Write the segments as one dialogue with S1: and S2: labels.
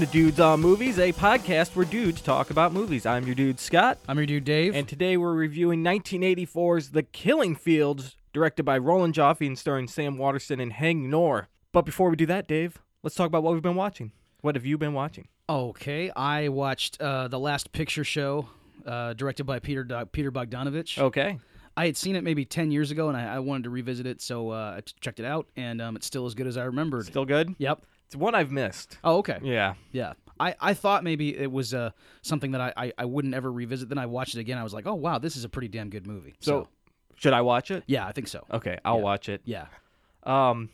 S1: to Dudes on Movies, a podcast where dudes talk about movies. I'm your dude, Scott,
S2: I'm your dude, Dave.
S1: and today we're reviewing 1984's The Killing Fields, directed by Roland Joffe and starring Sam Waterston and Hang Nor. But before we do that, Dave, let's talk about what we've been watching. What have you been watching?
S2: okay, I watched uh, the Last Picture Show, uh, directed by Peter Do- Peter Bogdanovich.
S1: Okay.
S2: I had seen it maybe ten years ago, and I, I wanted to revisit it, so uh, I t- checked it out, and um, it's still as good as I remembered.
S1: Still good?
S2: Yep.
S1: It's one I've missed.
S2: Oh, okay.
S1: Yeah.
S2: Yeah. I, I thought maybe it was uh, something that I, I, I wouldn't ever revisit. Then I watched it again. I was like, oh, wow, this is a pretty damn good movie.
S1: So, Oh. should I watch it?
S2: yeah, I think so.
S1: Okay, I'll watch it.
S2: Yeah.
S1: Um,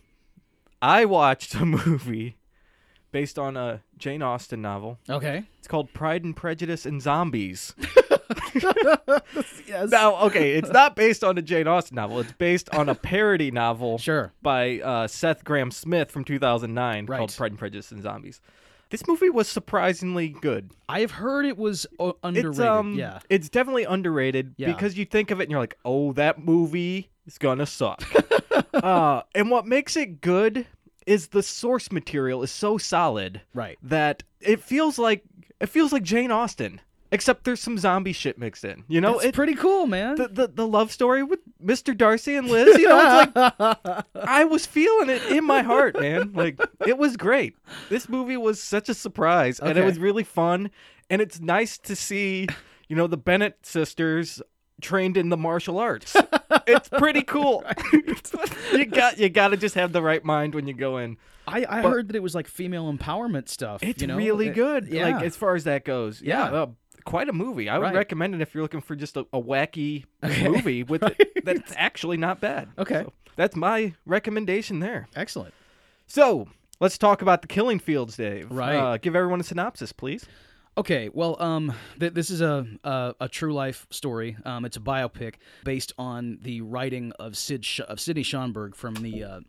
S1: I watched a movie based on a Jane Austen novel.
S2: Okay.
S1: It's called Pride and Prejudice and Zombies.
S2: Yes.
S1: now, okay, it's not based on a Jane Austen novel. It's based on a parody novel
S2: Sure.
S1: by uh, Seth Graham Smith from 2009 called
S2: Right.
S1: Pride and Prejudice and Zombies. This movie was surprisingly good.
S2: I've heard it was uh, underrated.
S1: It's um,
S2: yeah.
S1: it's definitely underrated
S2: Yeah.
S1: because you think of it and you're like, oh, that movie is gonna suck. uh, and what makes it good is the source material is so solid
S2: Right.
S1: that it feels like it feels like Jane Austen, except there's some zombie shit mixed in. You know,
S2: It's
S1: it,
S2: pretty cool, man.
S1: the, the the love story with Mr. Darcy and Liz. You know, it's like I was feeling it in my heart, man. Like it was great. This movie was such a surprise, and it
S2: Okay.
S1: was really fun. And it's nice to see, you know, the Bennett sisters trained in the martial arts. it's pretty cool. you got you got to just have the right mind when you go in.
S2: I, I heard that it was like female empowerment stuff.
S1: It's
S2: you know?
S1: really
S2: It-
S1: good.
S2: Yeah.
S1: Like as far as that goes, yeah,
S2: Yeah.
S1: uh, quite a movie. I would
S2: Right.
S1: recommend it if you're looking for just a, a wacky movie with that's actually not bad.
S2: Okay.
S1: So, that's my recommendation there.
S2: Excellent.
S1: So let's talk about the Killing Fields, Dave.
S2: Right.
S1: Uh, give everyone a synopsis, please.
S2: Okay, well, um, th- this is a, a a true life story. Um, it's a biopic based on the writing of Sid Sh- of Sidney Schonberg from the uh,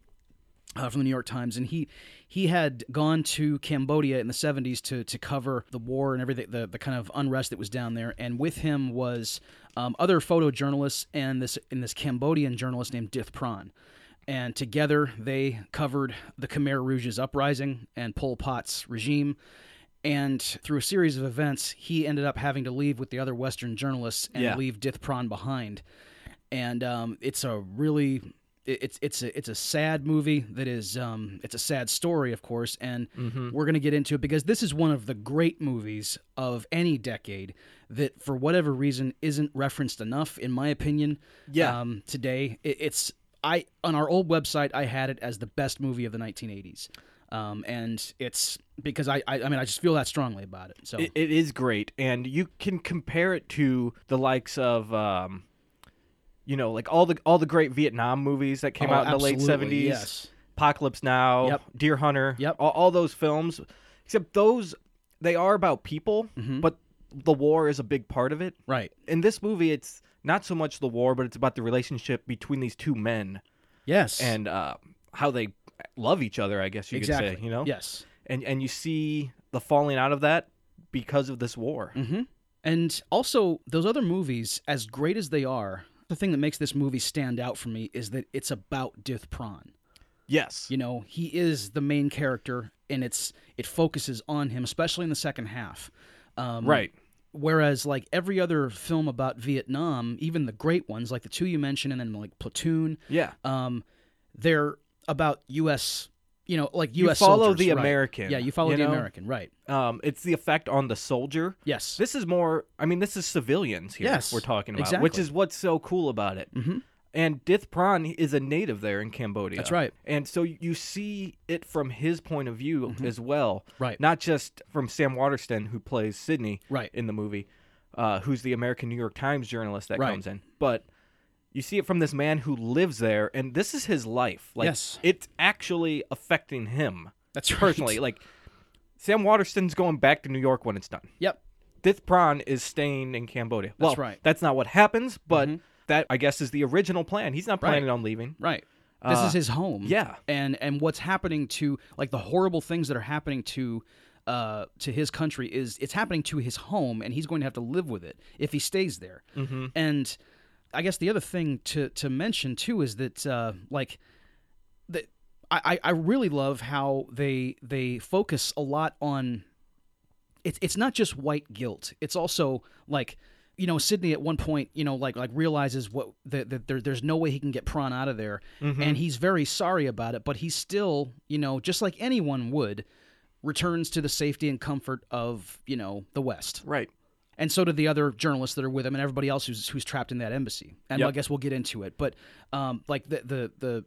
S2: uh, from the New York Times, and he he had gone to Cambodia in the '70s to to cover the war and everything, the the kind of unrest that was down there. And with him was um, other photojournalists and this and this Cambodian journalist named Dith Pran. And together they covered the Khmer Rouge's uprising and Pol Pot's regime. And through a series of events, he ended up having to leave with the other Western journalists and
S1: Yeah.
S2: leave Dith Pran behind and um, it's a really it- it's it's a it's a sad movie that is um it's a sad story of course and
S1: Mm-hmm.
S2: we're going to get into it because this is one of the great movies of any decade that for whatever reason isn't referenced enough in my opinion
S1: Yeah.
S2: um today it, it's i on our old website i had it as the best movie of the 1980s um and it's because i i, I mean i just feel that strongly about it so
S1: It, it is great, and you can compare it to the likes of. Um, you know, like all the all the great Vietnam movies that came
S2: Oh,
S1: out in the late
S2: absolutely,
S1: seventies.
S2: yes
S1: Apocalypse Now,
S2: Yep.
S1: Deer Hunter,
S2: Yep.
S1: all, all those films. Except those, they are about people,
S2: Mm-hmm.
S1: but the war is a big part of it.
S2: right
S1: In this movie, it's not so much the war, but it's about the relationship between these two men
S2: yes
S1: and uh, how they love each other. I guess you
S2: exactly
S1: could say, you know,
S2: yes
S1: And and you see the falling out of that because of this war.
S2: hmm And also, those other movies, as great as they are, the thing that makes this movie stand out for me is that it's about Dith Pran.
S1: Yes,
S2: You know, he is the main character, and it's it focuses on him, especially in the second half. Um,
S1: right.
S2: Whereas, like every other film about Vietnam, even the great ones, like the two you mentioned, and then like Platoon,
S1: Yeah,
S2: um, they're about U.S. You know, like
S1: You
S2: U.S.
S1: follow
S2: soldiers,
S1: the
S2: right.
S1: American,
S2: Yeah, you follow
S1: you
S2: the
S1: know?
S2: American, right?
S1: um, it's the effect on the soldier.
S2: Yes.
S1: This is more. I mean, this is civilians here.
S2: Yes,
S1: we're talking about, which
S2: exactly.
S1: is what's so cool about it. Mm-hmm. And Dith Pran is a native there in Cambodia.
S2: That's right.
S1: And so you see it from his point of view as well.
S2: Mm-hmm. Right.
S1: Not just from Sam Waterston, who plays Sydney
S2: Right.
S1: in the movie, uh, who's the American New York Times journalist that
S2: Right.
S1: comes in, but. You see it from this man who lives there, and this is his life. Like
S2: Yes.
S1: it's actually affecting him
S2: That's right.
S1: personally. Like Sam Waterston's going back to New York when it's done.
S2: Yep.
S1: Dith Pran is staying in Cambodia. That's Mm-hmm. well,
S2: right.
S1: That's not what happens, but that I guess is the original plan. He's not planning
S2: Right.
S1: on leaving.
S2: Right. This is his home.
S1: yeah.
S2: And and what's happening to like the horrible things that are happening to uh to his country is it's happening to his home and he's going to have to live with it if he stays there. Mm-hmm. And I guess the other thing to to mention too is that uh like that I I I really love how they they focus a lot on it's it's not just white guilt. It's also like you know Sydney at one point you know like like realizes what that, that there, there's no way he can get Prawn out of there, and he's very sorry about it. But he's still you know just like anyone would returns to the safety and comfort of you know the West,
S1: Right.
S2: and so do the other journalists that are with him and everybody else who's who's trapped in that embassy. And
S1: Yep.
S2: I guess we'll get into it, but um like the the the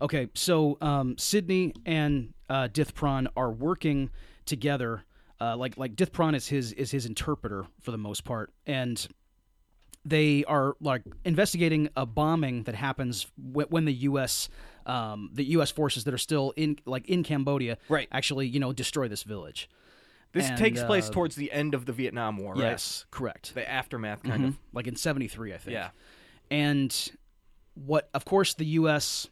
S2: Okay, so um, Sydney and uh, Dithpron are working together. Uh, like like Dithpron is his is his interpreter for the most part, and they are like investigating a bombing that happens w- when the U.S. Um, the U.S. forces that are still in like in Cambodia
S1: Right.
S2: actually you know destroy this village.
S1: This
S2: And,
S1: takes place
S2: uh,
S1: towards the end of the Vietnam War, right?
S2: Yes, correct.
S1: The aftermath kind of.
S2: Like in 73, I think.
S1: Mm-hmm. Yeah.
S2: And what, of course, the U.S.,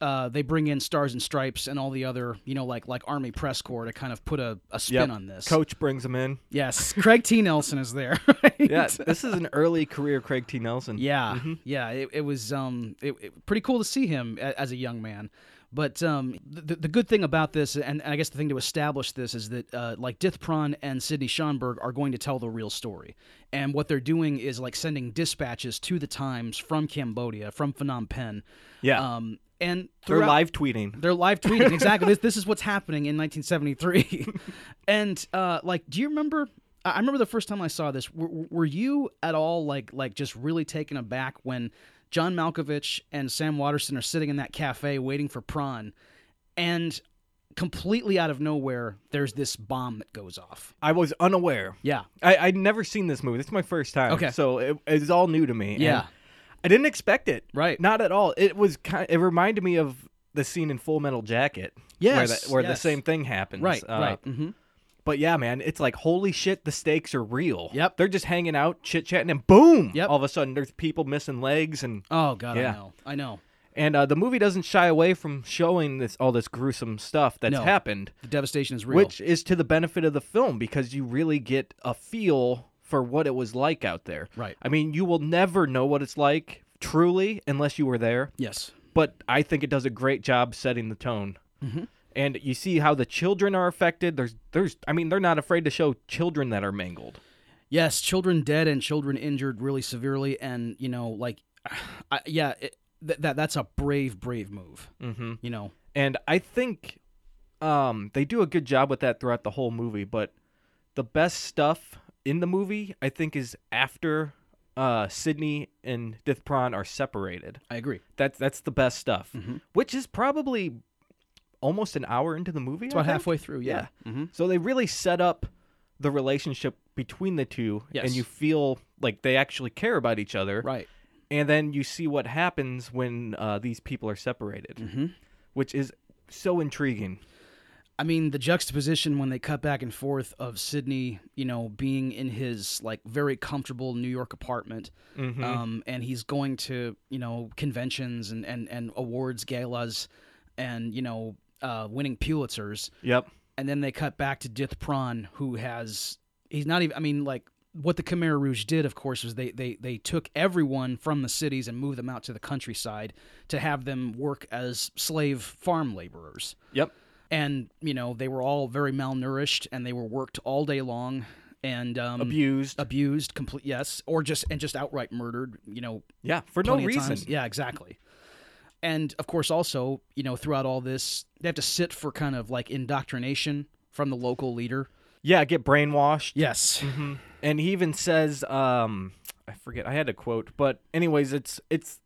S2: uh, they bring in Stars and Stripes and all the other, you know, like like Army Press Corps to kind of put a, a
S1: Yep.
S2: spin on this.
S1: Coach brings him in.
S2: Yes. Craig T. Nelson is there. right?
S1: Yeah, this is an early career Craig T. Nelson.
S2: Yeah, yeah. It, it was um, it, it- pretty cool to see him a, as a young man. But um, the, the good thing about this, and I guess the thing to establish this, is that uh, like Dithpron and Sidney Schonberg are going to tell the real story, and what they're doing is like sending dispatches to the Times from Cambodia, from Phnom Penh.
S1: Yeah.
S2: Um, and
S1: They're
S2: throughout-
S1: live tweeting.
S2: they're live tweeting exactly. this this is what's happening in 1973, and uh, like, do you remember? I I remember the first time I saw this. Were, were you at all like like just really taken aback when John Malkovich and Sam Waterston are sitting in that cafe waiting for prawn, and completely out of nowhere, there's this bomb that goes off.
S1: I was unaware.
S2: Yeah,
S1: I, I'd never seen this movie. This is my first time.
S2: Okay.
S1: So it, it's all new to me. and
S2: Yeah.
S1: I didn't expect it.
S2: Right.
S1: Not at all. It was kind it reminded me of the scene in Full Metal Jacket. Where,
S2: Yes,
S1: the, where the
S2: yes.
S1: same thing happens.
S2: right,
S1: Uh,
S2: right. hmm
S1: But yeah, man, it's like holy shit, the stakes are real.
S2: Yep.
S1: They're just hanging out, chit chatting, and boom!
S2: Yep.
S1: All of a sudden, there's people missing legs, and
S2: Oh god,
S1: Yeah.
S2: I know, I know.
S1: and uh, the movie doesn't shy away from showing this all this gruesome stuff that's
S2: No.
S1: happened,
S2: The devastation is real.
S1: which is to the benefit of the film because you really get a feel for what it was like out there.
S2: Right.
S1: I mean, you will never know what it's like truly unless you were there.
S2: yes,
S1: But I think it does a great job setting the tone.
S2: Mm-hmm.
S1: And you see how the children are affected. There's, there's, I mean, they're not afraid to show children that are mangled.
S2: Yes, children dead and children injured really severely, and you know, like, I, yeah, it, th- that that's a brave, brave move. Mm-hmm. You know,
S1: and I think um, they do a good job with that throughout the whole movie. But the best stuff in the movie, I think, is after uh, Sydney and Dithpron are separated.
S2: I agree.
S1: That's that's the best stuff,
S2: Mm-hmm.
S1: which is probably almost an hour into the movie.
S2: It's about halfway through. Yeah, Mm-hmm.
S1: Yeah. So they really set up the relationship between the two,
S2: Yes.
S1: and you feel like they actually care about each other
S2: right.
S1: and then you see what happens when uh, these people are separated,
S2: Mm-hmm.
S1: which is so intriguing.
S2: I mean, the juxtaposition when they cut back and forth of Sydney, you know, being in his like very comfortable New York apartment, um, and he's going to you know conventions and and and awards galas, and you know, uh, winning Pulitzers.
S1: Yep.
S2: and then they cut back to Dith Prawn, who has he's not even. I mean, like what the Khmer Rouge did, of course, was they they they took everyone from the cities and moved them out to the countryside to have them work as slave farm laborers.
S1: Yep.
S2: And you know they were all very malnourished, and they were worked all day long and um,
S1: Abused.
S2: abused, complete yes, or just and just outright murdered. You know,
S1: yeah, for no
S2: plenty of
S1: reason.
S2: times. Yeah, exactly. And of course, also, you know, throughout all this, they have to sit for kind of like indoctrination from the local leader. Mm-hmm.
S1: Yeah, get brainwashed. Mm-hmm.
S2: Yes.
S1: And he even says, um, I forget, I had a quote, but anyways, it's it's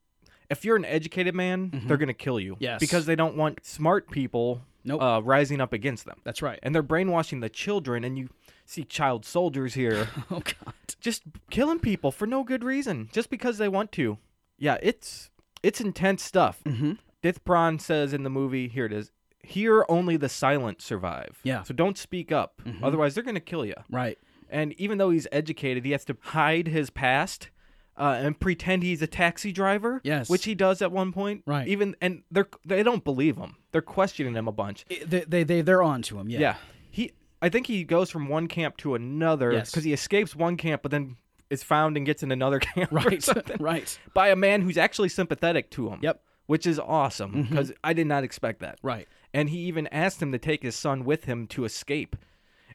S1: if you're an educated man, they're gonna kill you.
S2: Mm-hmm. Yes.
S1: Because they don't want smart people
S2: Nope.
S1: uh, rising up against them.
S2: That's right.
S1: And they're brainwashing the children, and you see child soldiers here.
S2: Oh God.
S1: just killing people for no good reason, just because they want to. Yeah, it's it's intense stuff. Mm-hmm. Dith Bron says in the movie, here it is. Here only the silent survive.
S2: Yeah. Mm-hmm.
S1: So don't speak up, otherwise they're gonna kill you.
S2: Right.
S1: And even though he's educated, he has to hide his past uh, and pretend he's a taxi driver.
S2: Yes.
S1: Which he does at one point.
S2: Right.
S1: Even and they're they don't believe him. They're questioning him a bunch.
S2: I- They they they they're on to him. Yeah.
S1: Yeah. He I think he goes from one camp to another
S2: Yes.
S1: because he escapes one camp but then is found and gets in another camp or
S2: Right.
S1: something,
S2: right.
S1: by a man who's actually sympathetic to him.
S2: Yep. Mm-hmm.
S1: Which is awesome because I did not expect that.
S2: Right.
S1: And he even asked him to take his son with him to escape.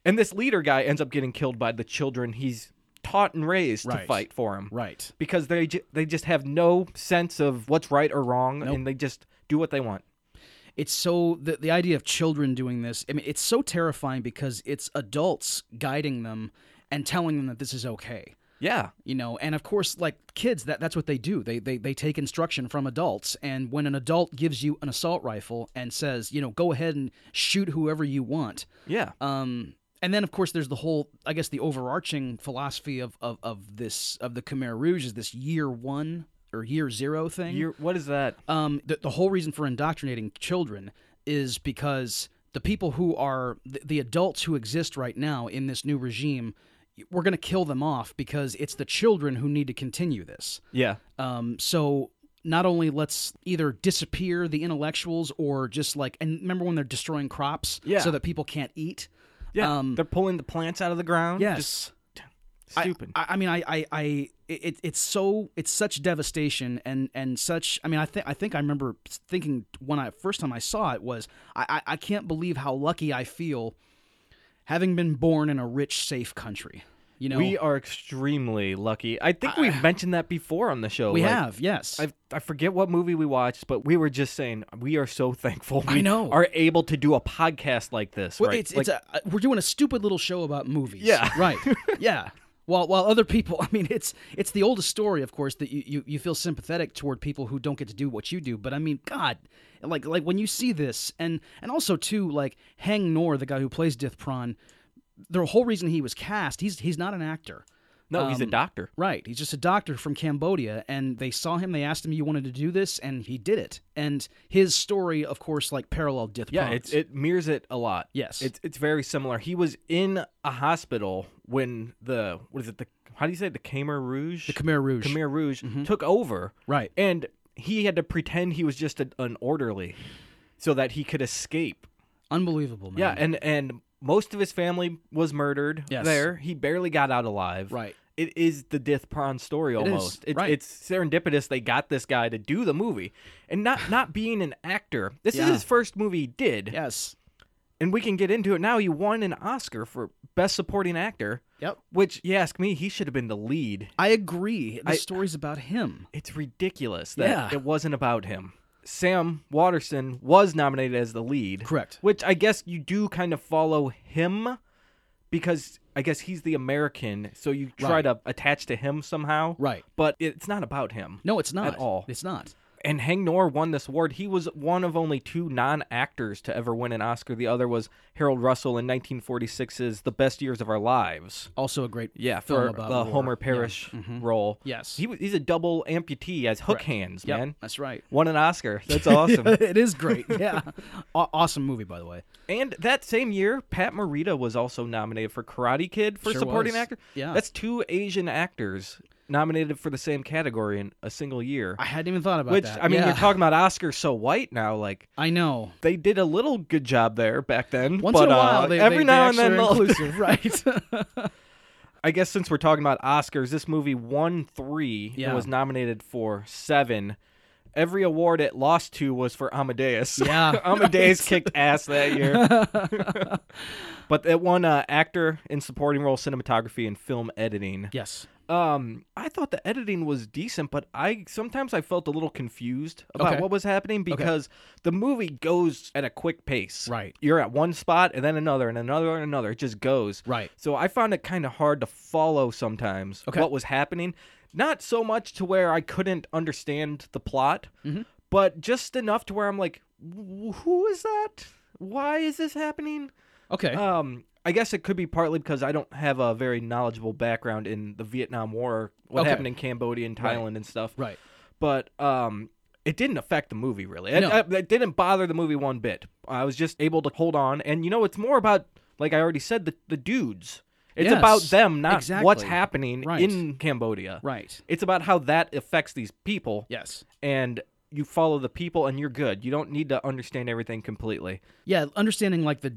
S1: And this leader guy ends up getting killed by the children he's taught and raised to
S2: Right.
S1: fight for him.
S2: Right.
S1: Because they ju- they just have no sense of what's right or wrong, and they just do what they want.
S2: It's so the the idea of children doing this. I mean, it's so terrifying because it's adults guiding them and telling them that this is okay.
S1: Yeah.
S2: you know and of course like kids that that's what they do they, they they take instruction from adults and when an adult gives you an assault rifle and says you know go ahead and shoot whoever you want
S1: Yeah.
S2: um and then of course there's the whole i guess the overarching philosophy of of, of this of the khmer rouge is this year one or year zero thing
S1: You're, what is that?
S2: um, the, the whole reason for indoctrinating children is because the people who are the, the adults who exist right now in this new regime we're going to kill them off because it's the children who need to continue this
S1: Yeah.
S2: um, so not only let's either disappear the intellectuals or just like and remember when they're destroying crops
S1: Yeah.
S2: so that people can't eat
S1: Yeah.
S2: um,
S1: They're pulling the plants out of the ground.
S2: yes
S1: Just
S2: I-
S1: stupid.
S2: I, I mean, I, I, I it, it's so, it's such devastation and and such. I mean, I think I think I remember thinking when I first time I saw it was, I, I, I can't believe how lucky I feel, having been born in a rich, safe country. You know,
S1: we are extremely lucky. I think we've mentioned that before on the show.
S2: We
S1: like,
S2: have, yes.
S1: I I forget what movie we watched, but we were just saying we are so thankful. We
S2: I know.
S1: are able to do a podcast like this.
S2: Well,
S1: right?
S2: it's,
S1: Like,
S2: it's a, a- we're doing a stupid little show about movies.
S1: Yeah.
S2: right. Yeah. While while other people, I mean, it's it's the oldest story, of course, that you, you, you feel sympathetic toward people who don't get to do what you do. But I mean, God, like like when you see this, and and also too, like Hang Nor, the guy who plays Dith Pran, the whole reason he was cast, he's he's not an actor.
S1: no, he's a
S2: um,
S1: doctor.
S2: Right. He's just a doctor from Cambodia, and they saw him. They asked him, "You wanted to do this," and he did it. And his story, of course, like paralleled Dith
S1: Yeah,
S2: Pran's.
S1: it, it mirrors it a lot.
S2: Yes.
S1: it's it's very similar. He was in a hospital when the what is it? The how do you say it? the Khmer Rouge? The
S2: Khmer Rouge.
S1: Khmer Rouge took over.
S2: Mm-hmm. Right.
S1: and he had to pretend he was just a, an orderly, so that he could escape.
S2: Unbelievable, man.
S1: Yeah, and and most of his family was murdered
S2: Yes.
S1: there. He barely got out alive.
S2: Right.
S1: It is the Dith Prawn story
S2: is,
S1: almost. It's,
S2: right.
S1: it's serendipitous they got this guy to do the movie, and not not being an actor. This
S2: Yeah.
S1: is his first movie he did,
S2: Yes.
S1: and we can get into it now. He won an Oscar for best supporting actor,
S2: Yep.
S1: which you ask me, he should have been the lead.
S2: I agree. The
S1: I-
S2: story's about him.
S1: It's ridiculous that
S2: Yeah.
S1: it wasn't about him. Sam Watterson was nominated as the lead.
S2: Correct.
S1: Which I guess you do kind of follow him because I guess he's the American, so you try
S2: Right.
S1: to attach to him somehow.
S2: Right.
S1: But it's not about him.
S2: No, it's not.
S1: all.
S2: It's not.
S1: And Hang Nor won this award. He was one of only two non actors to ever win an Oscar. The other was Harold Russell in 1946's The Best Years of Our Lives.
S2: Also a great
S1: Yeah,
S2: film
S1: for
S2: about
S1: the
S2: war. Mm-hmm.
S1: Homer Parrish role.
S2: Yes.
S1: He, was- he's a double amputee as hook hands,
S2: Yep,
S1: man. Um,
S2: that's right.
S1: Won an Oscar. That's awesome.
S2: it is great. Yeah. Aw awesome movie, by the way.
S1: and that same year, Pat Morita was also nominated for Karate Kid for
S2: Sure
S1: supporting
S2: was.
S1: actor.
S2: Yeah.
S1: That's two Asian actors nominated for the same category in a single year.
S2: I hadn't even thought about
S1: Which,
S2: that.
S1: I mean,
S2: yeah.
S1: you're talking about Oscar so white now. Like,
S2: I know.
S1: they did a little good job there back then.
S2: Once
S1: but,
S2: in a while,
S1: uh,
S2: they,
S1: every
S2: they- they
S1: now and
S2: actually
S1: then,
S2: are
S1: they'll-
S2: inclusive, right?
S1: I guess since we're talking about Oscars, this movie won three
S2: Yeah.
S1: and was nominated for seven. Every award it lost to was for Amadeus.
S2: Yeah,
S1: Amadeus kicked ass that year. but it won uh, actor in supporting role, cinematography, and film editing.
S2: yes.
S1: Um, I thought the editing was decent, but I sometimes I felt a little confused about
S2: Okay.
S1: what was happening because the movie goes at a quick pace.
S2: Right.
S1: You're at one spot and then another and another and another. It just goes.
S2: Right.
S1: So I found it kind of hard to follow sometimes
S2: Okay.
S1: what was happening. Not so much to where I couldn't understand the plot,
S2: Mm-hmm.
S1: but just enough to where I'm like, "Wh- who is that? Why is this happening?
S2: Okay.
S1: Um, I guess it could be partly because I don't have a very knowledgeable background in the Vietnam War, what
S2: Okay.
S1: happened in Cambodia and Thailand and stuff.
S2: right.
S1: But um, it didn't affect the movie really. It,
S2: No.
S1: I- it didn't bother the movie one bit. I was just able to hold on, and you know, it's more about like I already said, the the dudes. It's
S2: Yes,
S1: about them, not what's
S2: exactly.
S1: happening
S2: Right.
S1: in Cambodia.
S2: Right.
S1: It's about how that affects these people,
S2: Yes.
S1: and you follow the people, and you're good. You don't need to understand everything completely.
S2: Yeah, understanding like the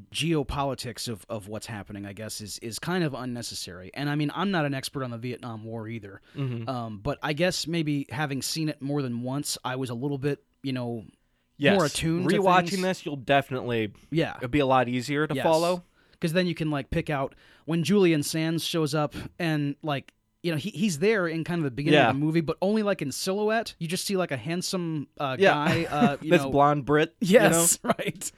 S2: geopolitics of, of what's happening, I guess, is is kind of unnecessary. And I mean, I'm not an expert on the Vietnam War either,
S1: Mm-hmm.
S2: um, but I guess maybe having seen it more than once, I was a little bit, you know, more attuned.
S1: Rewatching
S2: to things.
S1: this, you'll definitely
S2: yeah,
S1: it'll be a lot easier to
S2: yes.
S1: follow.
S2: because then you can like pick out when Julian Sands shows up and like you know he, he's there in kind of the beginning
S1: Yeah.
S2: of the movie, but only like in silhouette. You just see like a handsome uh,
S1: Yeah.
S2: guy. Uh, you
S1: this
S2: know,
S1: blonde Brit. you know?
S2: Yes, right.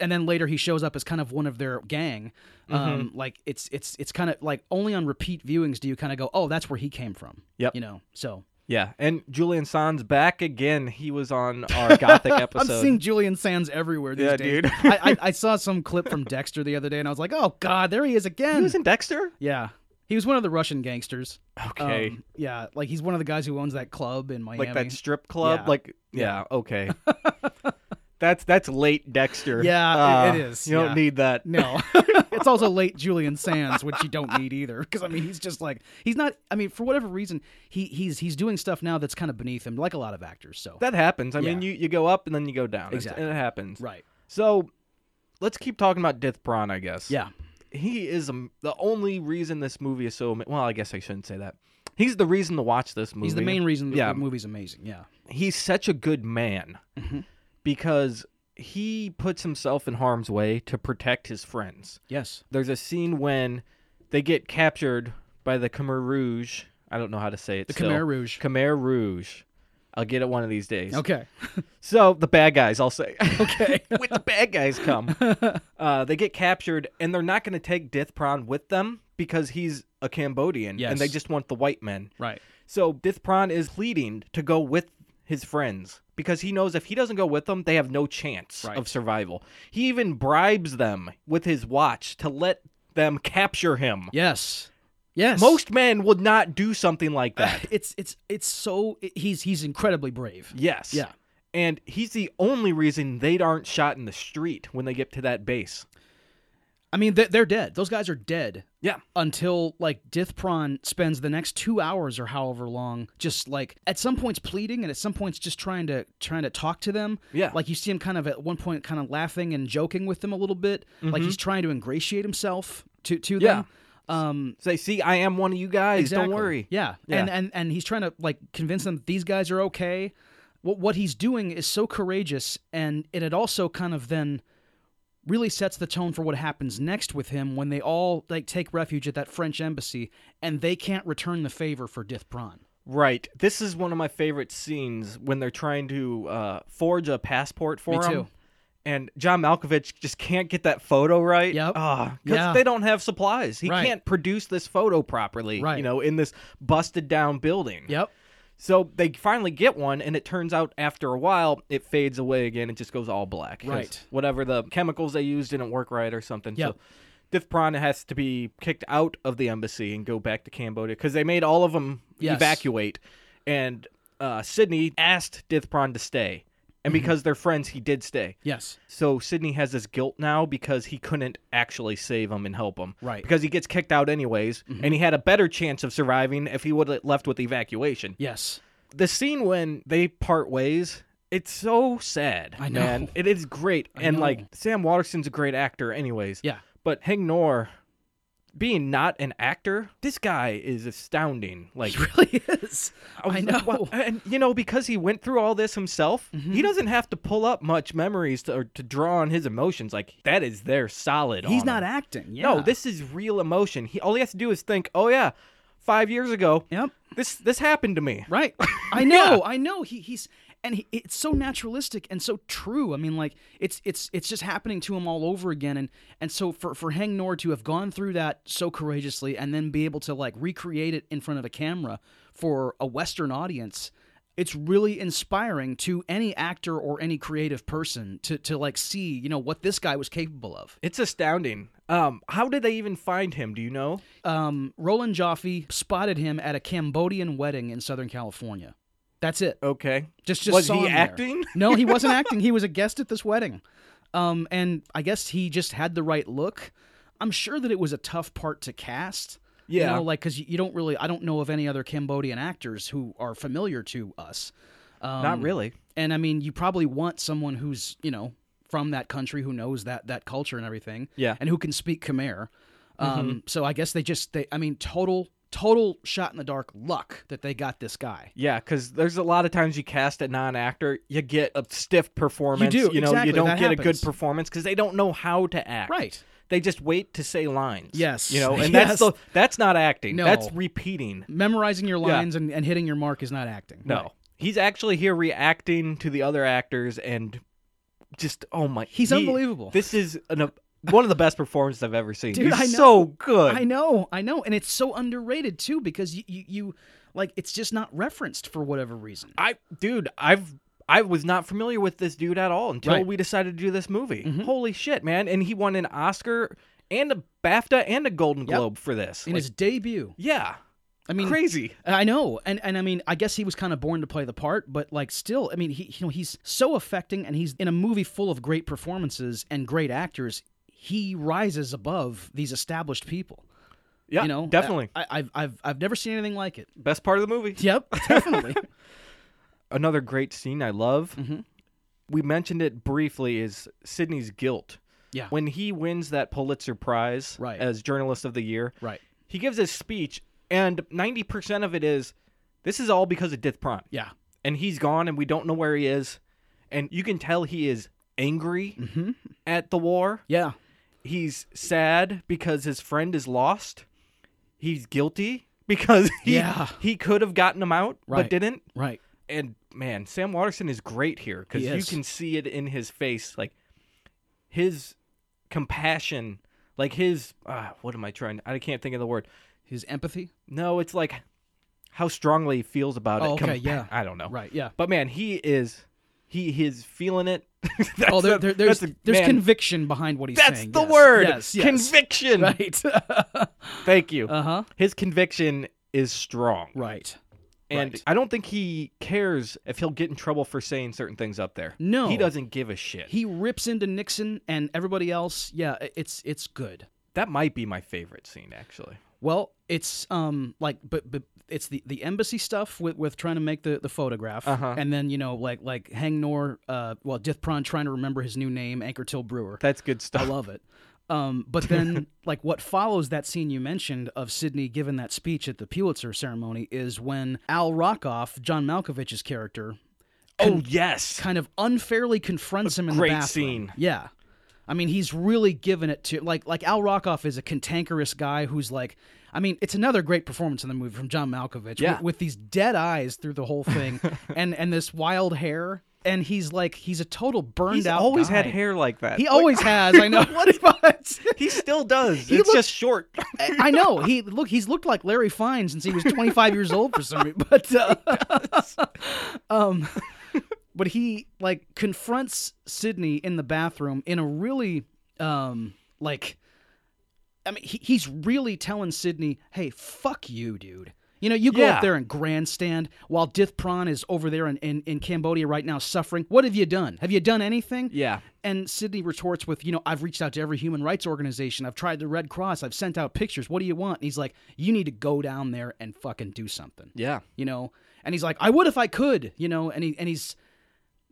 S2: And then later he shows up as kind of one of their gang.
S1: Mm-hmm.
S2: Um, like it's it's it's kind of like only on repeat viewings do you kind of go, oh, that's where he came from.
S1: Yep.
S2: You know, so
S1: Yeah, and Julian Sands back again. He was on our Gothic episode.
S2: I'm seeing Julian Sands everywhere these
S1: Yeah,
S2: days.
S1: dude.
S2: I, I, I saw some clip from Dexter the other day, and I was like, oh god, there he is
S1: he
S2: again.
S1: was in Dexter.
S2: yeah, he was one of the Russian gangsters.
S1: Okay,
S2: Um, yeah, like he's one of the guys who owns that club in Miami.
S1: like that strip club.
S2: Yeah.
S1: Like yeah, okay. that's that's late Dexter.
S2: Yeah, it-
S1: Uh,
S2: it is,
S1: You don't
S2: yeah.
S1: need that.
S2: No, it's also late Julian Sands, which you don't need either. Because I mean, he's just like he's not. I mean, for whatever reason, he he's he's doing stuff now that's kind of beneath him, like a lot of actors. So
S1: That happens. I mean,
S2: Yeah.
S1: you you go up and then you go down. It's-
S2: Exactly.
S1: and it happens.
S2: right,
S1: So, let's keep talking about Dith Braun. I guess.
S2: yeah,
S1: he is um, the only reason this movie is so. ama- Well, I guess I shouldn't say that. He's the reason to watch this movie.
S2: he's the main reason the
S1: Yeah.
S2: movie's amazing. Yeah,
S1: he's such a good man
S2: Mhm.
S1: because he puts himself in harm's way to protect his friends.
S2: yes,
S1: There's a scene when they get captured by the Khmer Rouge. I don't know how to say it.
S2: the
S1: still.
S2: Khmer Rouge.
S1: Khmer Rouge. I'll get it one of these days.
S2: Okay,
S1: So the bad guys, I'll say.
S2: okay,
S1: when the bad guys come, uh, they get captured, and they're not going to take Dith Pran with them because he's a Cambodian,
S2: Yes.
S1: and they just want the white men.
S2: right,
S1: So Dith Pran is pleading to go with his friends because he knows if he doesn't go with them, they have no chance
S2: Right.
S1: of survival. He even bribes them with his watch to let them capture him.
S2: yes, yes.
S1: Most men would not do something like that.
S2: it's it's it's so he's he's incredibly brave.
S1: yes.
S2: Yeah.
S1: And he's the only reason they aren't shot in the street when they get to that base.
S2: I mean, they're, they're dead. Those guys are dead.
S1: Yeah.
S2: until like Dith Pran spends the next two hours or however long just like at some points pleading and at some points just trying to trying to talk to them.
S1: Yeah.
S2: Like you see him kind of at one point kind of laughing and joking with them a little bit. Like he's trying to ingratiate himself to to them. Um
S1: Say, see, I am one of you guys.
S2: exactly.
S1: Don't worry.
S2: Yeah.
S1: Yeah.
S2: And and and he's trying to like convince them that these guys are okay. What what he's doing is so courageous and and it also kind of then really sets the tone for what happens next with him when they all like take refuge at that French embassy and they can't return the favor for Dith Pran.
S1: Right. This is one of my favorite scenes when they're trying to uh, forge a passport for
S2: Me
S1: him.
S2: too.
S1: And John Malkovich just can't get that photo right.
S2: Yep.
S1: Ah, 'cause
S2: Yeah.
S1: they don't have supplies. He
S2: Right.
S1: can't produce this photo properly,
S2: Right.
S1: you know, in this busted down building.
S2: Yep.
S1: So they finally get one, and it turns out after a while, it fades away again. It just goes all black. 'cause
S2: Right.
S1: Whatever the chemicals they used didn't work right or something.
S2: Yep.
S1: So Dith Pran has to be kicked out of the embassy and go back to Cambodia because they made all of them
S2: Yes.
S1: evacuate. And uh, Sydney asked Dith Pran to stay. And
S2: Mm-hmm.
S1: because they're friends, he did stay.
S2: Yes.
S1: So Sydney has this guilt now because he couldn't actually save him and help him.
S2: Right. Mm-hmm.
S1: Because he gets kicked out anyways, and he had a better chance of surviving if he would have left with evacuation
S2: Yes.
S1: the scene when they part ways it's so sad
S2: I know.
S1: man it is great and
S2: know.
S1: like sam waterson's a great actor anyways
S2: Yeah.
S1: but hang nor being not an actor this guy is astounding like
S2: It really
S1: was
S2: is. I
S1: like,
S2: know. Mm-hmm.
S1: wow. and you know because he went through all this himself he doesn't have to pull up much memories to, or to draw on his emotions like that is there solid
S2: He's
S1: on
S2: not
S1: him.
S2: acting. Yeah.
S1: no this is real emotion he all he has to do is think oh yeah five years ago
S2: Yep.
S1: this this happened to me
S2: Right. I know. I know. He, he's and he, it's so naturalistic and so true. I mean, like it's it's it's just happening to him all over again. And and so for for Hang Nor to have gone through that so courageously and then be able to like recreate it in front of a camera for a Western audience. It's really inspiring to any actor or any creative person to, to like see, you know, what this guy was capable of.
S1: It's astounding. Um, how did they even find him? Do you know?
S2: Um, Roland Joffe spotted him at a Cambodian wedding in Southern California. That's it.
S1: Okay.
S2: Just just
S1: Was
S2: saw
S1: he
S2: him there.
S1: acting?
S2: No, he wasn't acting. He was a guest at this wedding. Um, and I guess he just had the right look. I'm sure that it was a tough part to cast.
S1: Yeah.
S2: You know, like, because you don't really, I don't know of any other Cambodian actors who are familiar to us. Um,
S1: Not really.
S2: And I mean, you probably want someone who's, you know, from that country who knows that that culture and everything.
S1: Yeah. Mm-hmm.
S2: And who can speak Khmer. Um, So I guess they just, they, I mean, total total shot in the dark luck that they got this guy.
S1: Yeah, because there's a lot of times you cast a non-actor, you get a stiff performance.
S2: You do,
S1: know,
S2: exactly,
S1: you don't
S2: that
S1: get a
S2: happens.
S1: good performance because they don't know how to act.
S2: Right.
S1: They just wait to say lines.
S2: Yes.
S1: You know, and
S2: Yes.
S1: that's the, that's not acting.
S2: No.
S1: That's repeating.
S2: Memorizing your lines and, and hitting your mark is not acting.
S1: No.
S2: Right.
S1: He's actually here reacting to the other actors and just oh my
S2: He's
S1: he-
S2: unbelievable.
S1: This is an, a, one of the best performances I've ever seen.
S2: Dude,
S1: He's
S2: I know.
S1: so good.
S2: I know, I know, and it's so underrated too because you, you, you like it's just not referenced for whatever reason.
S1: I dude, I've I was not familiar with this dude at all until
S2: Right. Mm-hmm.
S1: we decided to do this movie. Holy shit, man. And he won an Oscar and a BAFTA and a Golden
S2: Yep.
S1: Globe for this.
S2: In
S1: Like,
S2: his debut,
S1: yeah.
S2: I mean,
S1: crazy.
S2: I know, and and I mean, I guess he was kind of born to play the part, but like, still, I mean, he you know he's so affecting, and he's in a movie full of great performances and great actors. He rises above these established people.
S1: Yeah.
S2: you know,
S1: definitely.
S2: I, I've I've I've never seen anything like it.
S1: Best part of the movie.
S2: Yep, definitely.
S1: Another great scene I love.
S2: Mhm.
S1: We mentioned it briefly is Sidney's guilt.
S2: Yeah.
S1: When he wins that Pulitzer Prize
S2: Right.
S1: as journalist of the year,
S2: right.
S1: he gives his speech and 90% of it is this is all because of Dith Prime.
S2: Yeah.
S1: and he's gone and we don't know where he is and you can tell he is angry
S2: Mm-hmm.
S1: at the war
S2: Yeah.
S1: he's sad because his friend is lost he's guilty because he,
S2: Yeah.
S1: he could have gotten him out
S2: Right.
S1: but didn't
S2: Right.
S1: and man sam watterson is great here because
S2: He
S1: you
S2: is.
S1: can see it in his face like his compassion like his uh, what am i trying i can't think of the word
S2: His empathy.
S1: no it's like how strongly he feels about
S2: Oh,
S1: it
S2: okay, yeah.
S1: i don't know
S2: Right. Yeah.
S1: but man, he is he is feeling it.
S2: Oh, there,
S1: That's
S2: there,
S1: a-
S2: there's
S1: that's a-
S2: there's
S1: man,
S2: conviction behind what he's
S1: That's
S2: saying.
S1: the
S2: yes.
S1: word.
S2: Yes. yes.
S1: Conviction.
S2: Right.
S1: Thank you.
S2: uh huh.
S1: His conviction is strong,
S2: Right.
S1: and
S2: right.
S1: I don't think he cares if he'll get in trouble for saying certain things up there.
S2: No.
S1: he doesn't give a shit.
S2: He rips into Nixon and everybody else. Yeah, i- it's it's good.
S1: that might be my favorite scene, actually.
S2: Well, it's um like but but it's the the embassy stuff with with trying to make the the photograph
S1: Uh-huh.
S2: and then you know like like Hangnor uh well Dith Pran trying to remember his new name Anchor Till Brewer.
S1: That's good
S2: I
S1: stuff.
S2: love it. Um, but then, like, what follows that scene you mentioned of Sidney giving that speech at the Pulitzer ceremony is when Al Rockoff, John Malkovich's character,
S1: Oh yes,
S2: kind of unfairly confronts him in
S1: great
S2: the bathroom.
S1: scene.
S2: Yeah. I mean, he's really given it to like like Al Rockoff is a cantankerous guy who's like, I mean, it's another great performance in the movie from John Malkovich
S1: Yeah.
S2: with, with these dead eyes through the whole thing and and this wild hair and he's like he's a total burned
S1: he's
S2: out.
S1: always had
S2: guy.
S1: hair like that.
S2: He
S1: Like,
S2: always has. I know. what if
S1: he still does. it's
S2: looks-
S1: just short.
S2: I know. He look. He's looked like Larry Fine since he was 25 years old for some reason. But uh, um, but he like confronts Sydney in the bathroom in a really um like. I mean, he, he's really telling Sydney, "Hey, fuck you, dude." You know, you go
S1: Yeah.
S2: up there and grandstand while Dith Pran is over there in, in, in Cambodia right now suffering. What have you done? Have you done anything?
S1: yeah,
S2: And Sydney retorts with, you know, I've reached out to every human rights organization. I've tried the Red Cross. I've sent out pictures. What do you want? And he's like, you need to go down there and fucking do something,
S1: yeah.
S2: you know? And he's like, I would if I could, you know? And he, and he's,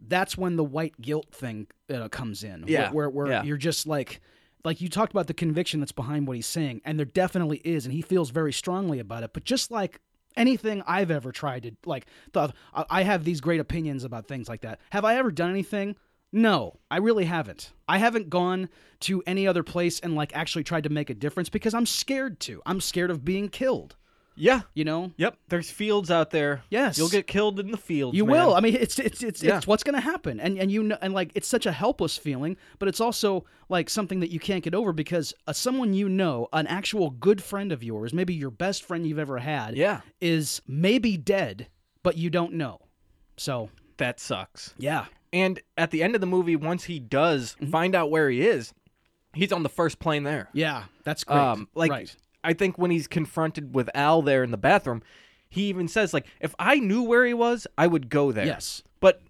S2: that's when the white guilt thing uh, comes in.
S1: Yeah,
S2: Where, where, where
S1: yeah.
S2: you're just like, like you talked about the conviction that's behind what he's saying. And there definitely is. And he feels very strongly about it. But just like, Anything I've ever tried to like, the, I I have these great opinions about things like that. Have I ever done anything? No, I really haven't. I haven't gone to any other place and like actually tried to make a difference because I'm scared to. I'm scared of being killed,
S1: Yeah.
S2: you know?
S1: Yep. There's fields out there.
S2: Yes.
S1: You'll get killed in the fields.
S2: You
S1: man.
S2: will. I mean, it's it's it's,
S1: Yeah.
S2: it's what's going to happen, and and you know, and like it's such a helpless feeling, but it's also like something that you can't get over because uh, someone you know, an actual good friend of yours, maybe your best friend you've ever had,
S1: Yeah.
S2: is maybe dead, but you don't know. So
S1: That sucks.
S2: yeah,
S1: And at the end of the movie, once he does
S2: Mm-hmm.
S1: find out where he is, he's on the first plane there.
S2: yeah, that's great.
S1: Um, like
S2: right.
S1: I think when he's confronted with Al there in the bathroom, he even says like, "If I knew where he was, I would go there."
S2: Yes.
S1: but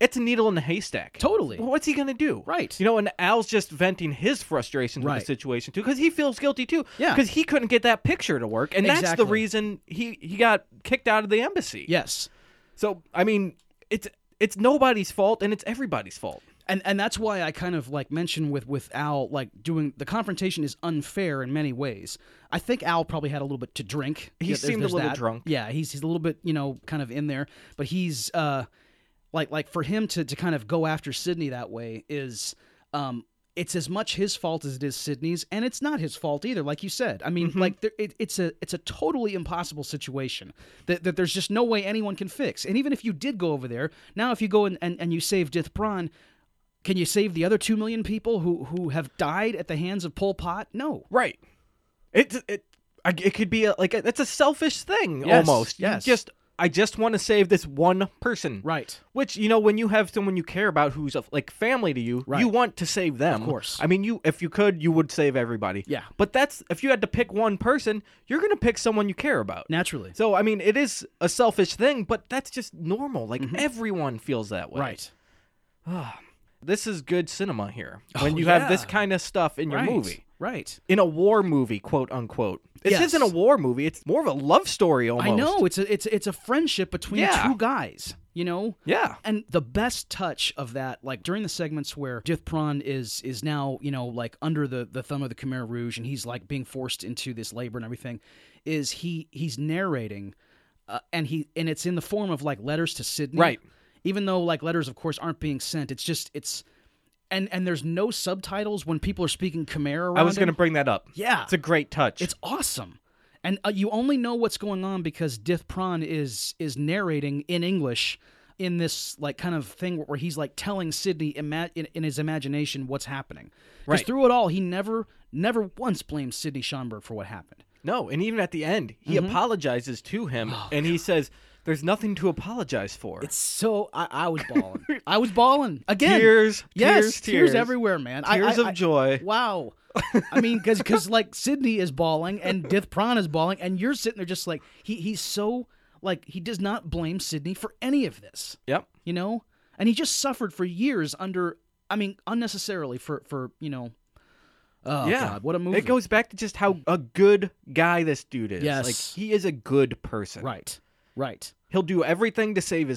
S1: it's a needle in a haystack.
S2: Totally.
S1: Well, what's he gonna do?
S2: Right.
S1: You know, and Al's just venting his frustration with
S2: Right.
S1: the situation too, because he feels guilty too.
S2: Yeah.
S1: because he couldn't get that picture to work, and that's
S2: Exactly.
S1: the reason he he got kicked out of the embassy.
S2: Yes.
S1: So I mean, it's it's nobody's fault, and it's everybody's fault.
S2: I- and and that's why I kind of like mentioned with with Al like doing the confrontation is unfair in many ways. I think Al probably had a little bit to drink.
S1: He seemed a little drunk.
S2: Yeah, he's he's a little bit you know kind of in there, but he's uh like like for him to to kind of go after Sydney that way is um it's as much his fault as it is Sydney's, and it's not his fault either. Like you said, I mean,
S1: Mm-hmm.
S2: like there, it, it's a it's a totally impossible situation that, that there's just no way anyone can fix. And even if you did go over there, now if you go and and, and you save Dith Bron, can you save the other two million people who who have died at the hands of Pol Pot? No.
S1: Right. It it I- it could be a, like a, it's a selfish thing
S2: Yes,
S1: almost. You
S2: yes.
S1: just I just want to save this one person.
S2: Right.
S1: Which you know when you have someone you care about who's of like family to you,
S2: Right.
S1: you want to save them. Of
S2: course.
S1: I mean, you if you could, you would save everybody.
S2: Yeah.
S1: But that's if you had to pick one person, you're going to pick someone you care about.
S2: Naturally.
S1: So I mean, it is a selfish thing, but that's just normal. Like everyone feels that way.
S2: Mm-hmm. Right.
S1: This is good cinema here. When
S2: Oh,
S1: you have this
S2: yeah.
S1: kind of stuff in your
S2: right.
S1: movie.
S2: Right.
S1: in a war movie, quote unquote. This
S2: Yes.
S1: isn't a war movie. It's more of a love story almost.
S2: I know it's a it's it's a friendship between
S1: Yeah.
S2: two guys. You know.
S1: Yeah.
S2: And the best touch of that, like during the segments where Dith Prawn is is now, you know, like under the, the thumb of the Khmer Rouge and he's like being forced into this labor and everything, is he he's narrating uh, and he and it's in the form of like letters to Sydney.
S1: Right.
S2: Even though like letters of course aren't being sent. It's just it's and and there's no subtitles when people are speaking Khmer around.
S1: I was
S2: him.
S1: going to bring that up.
S2: Yeah.
S1: It's a great touch.
S2: It's awesome. And uh, you only know what's going on because Dith Pran is is narrating in English in this like kind of thing where he's like telling Sydney ima- in, in his imagination what's happening. Because
S1: Right.
S2: through it all, he never never once blames Sydney Schonberg for what happened.
S1: no, and even at the end, he
S2: Mm-hmm.
S1: apologizes to him
S2: Oh,
S1: and he says there's nothing to apologize for.
S2: So I, I was balling. I was balling again.
S1: tears,
S2: Yes,
S1: tears,
S2: everywhere, man. I-
S1: Tears
S2: I,
S1: of
S2: I-
S1: joy.
S2: Wow. I mean, because like Sydney is bawling and Dith Pran is bawling, and you're sitting there just like he he's so like he does not blame Sydney for any of this,
S1: Yep.
S2: you know, and he just suffered for years under I mean unnecessarily for for you know. Oh
S1: yeah.
S2: God, what a movie!
S1: It goes back to just how a good guy this dude is.
S2: Yes.
S1: Like he is a good person.
S2: right, right.
S1: He'll do everything to save his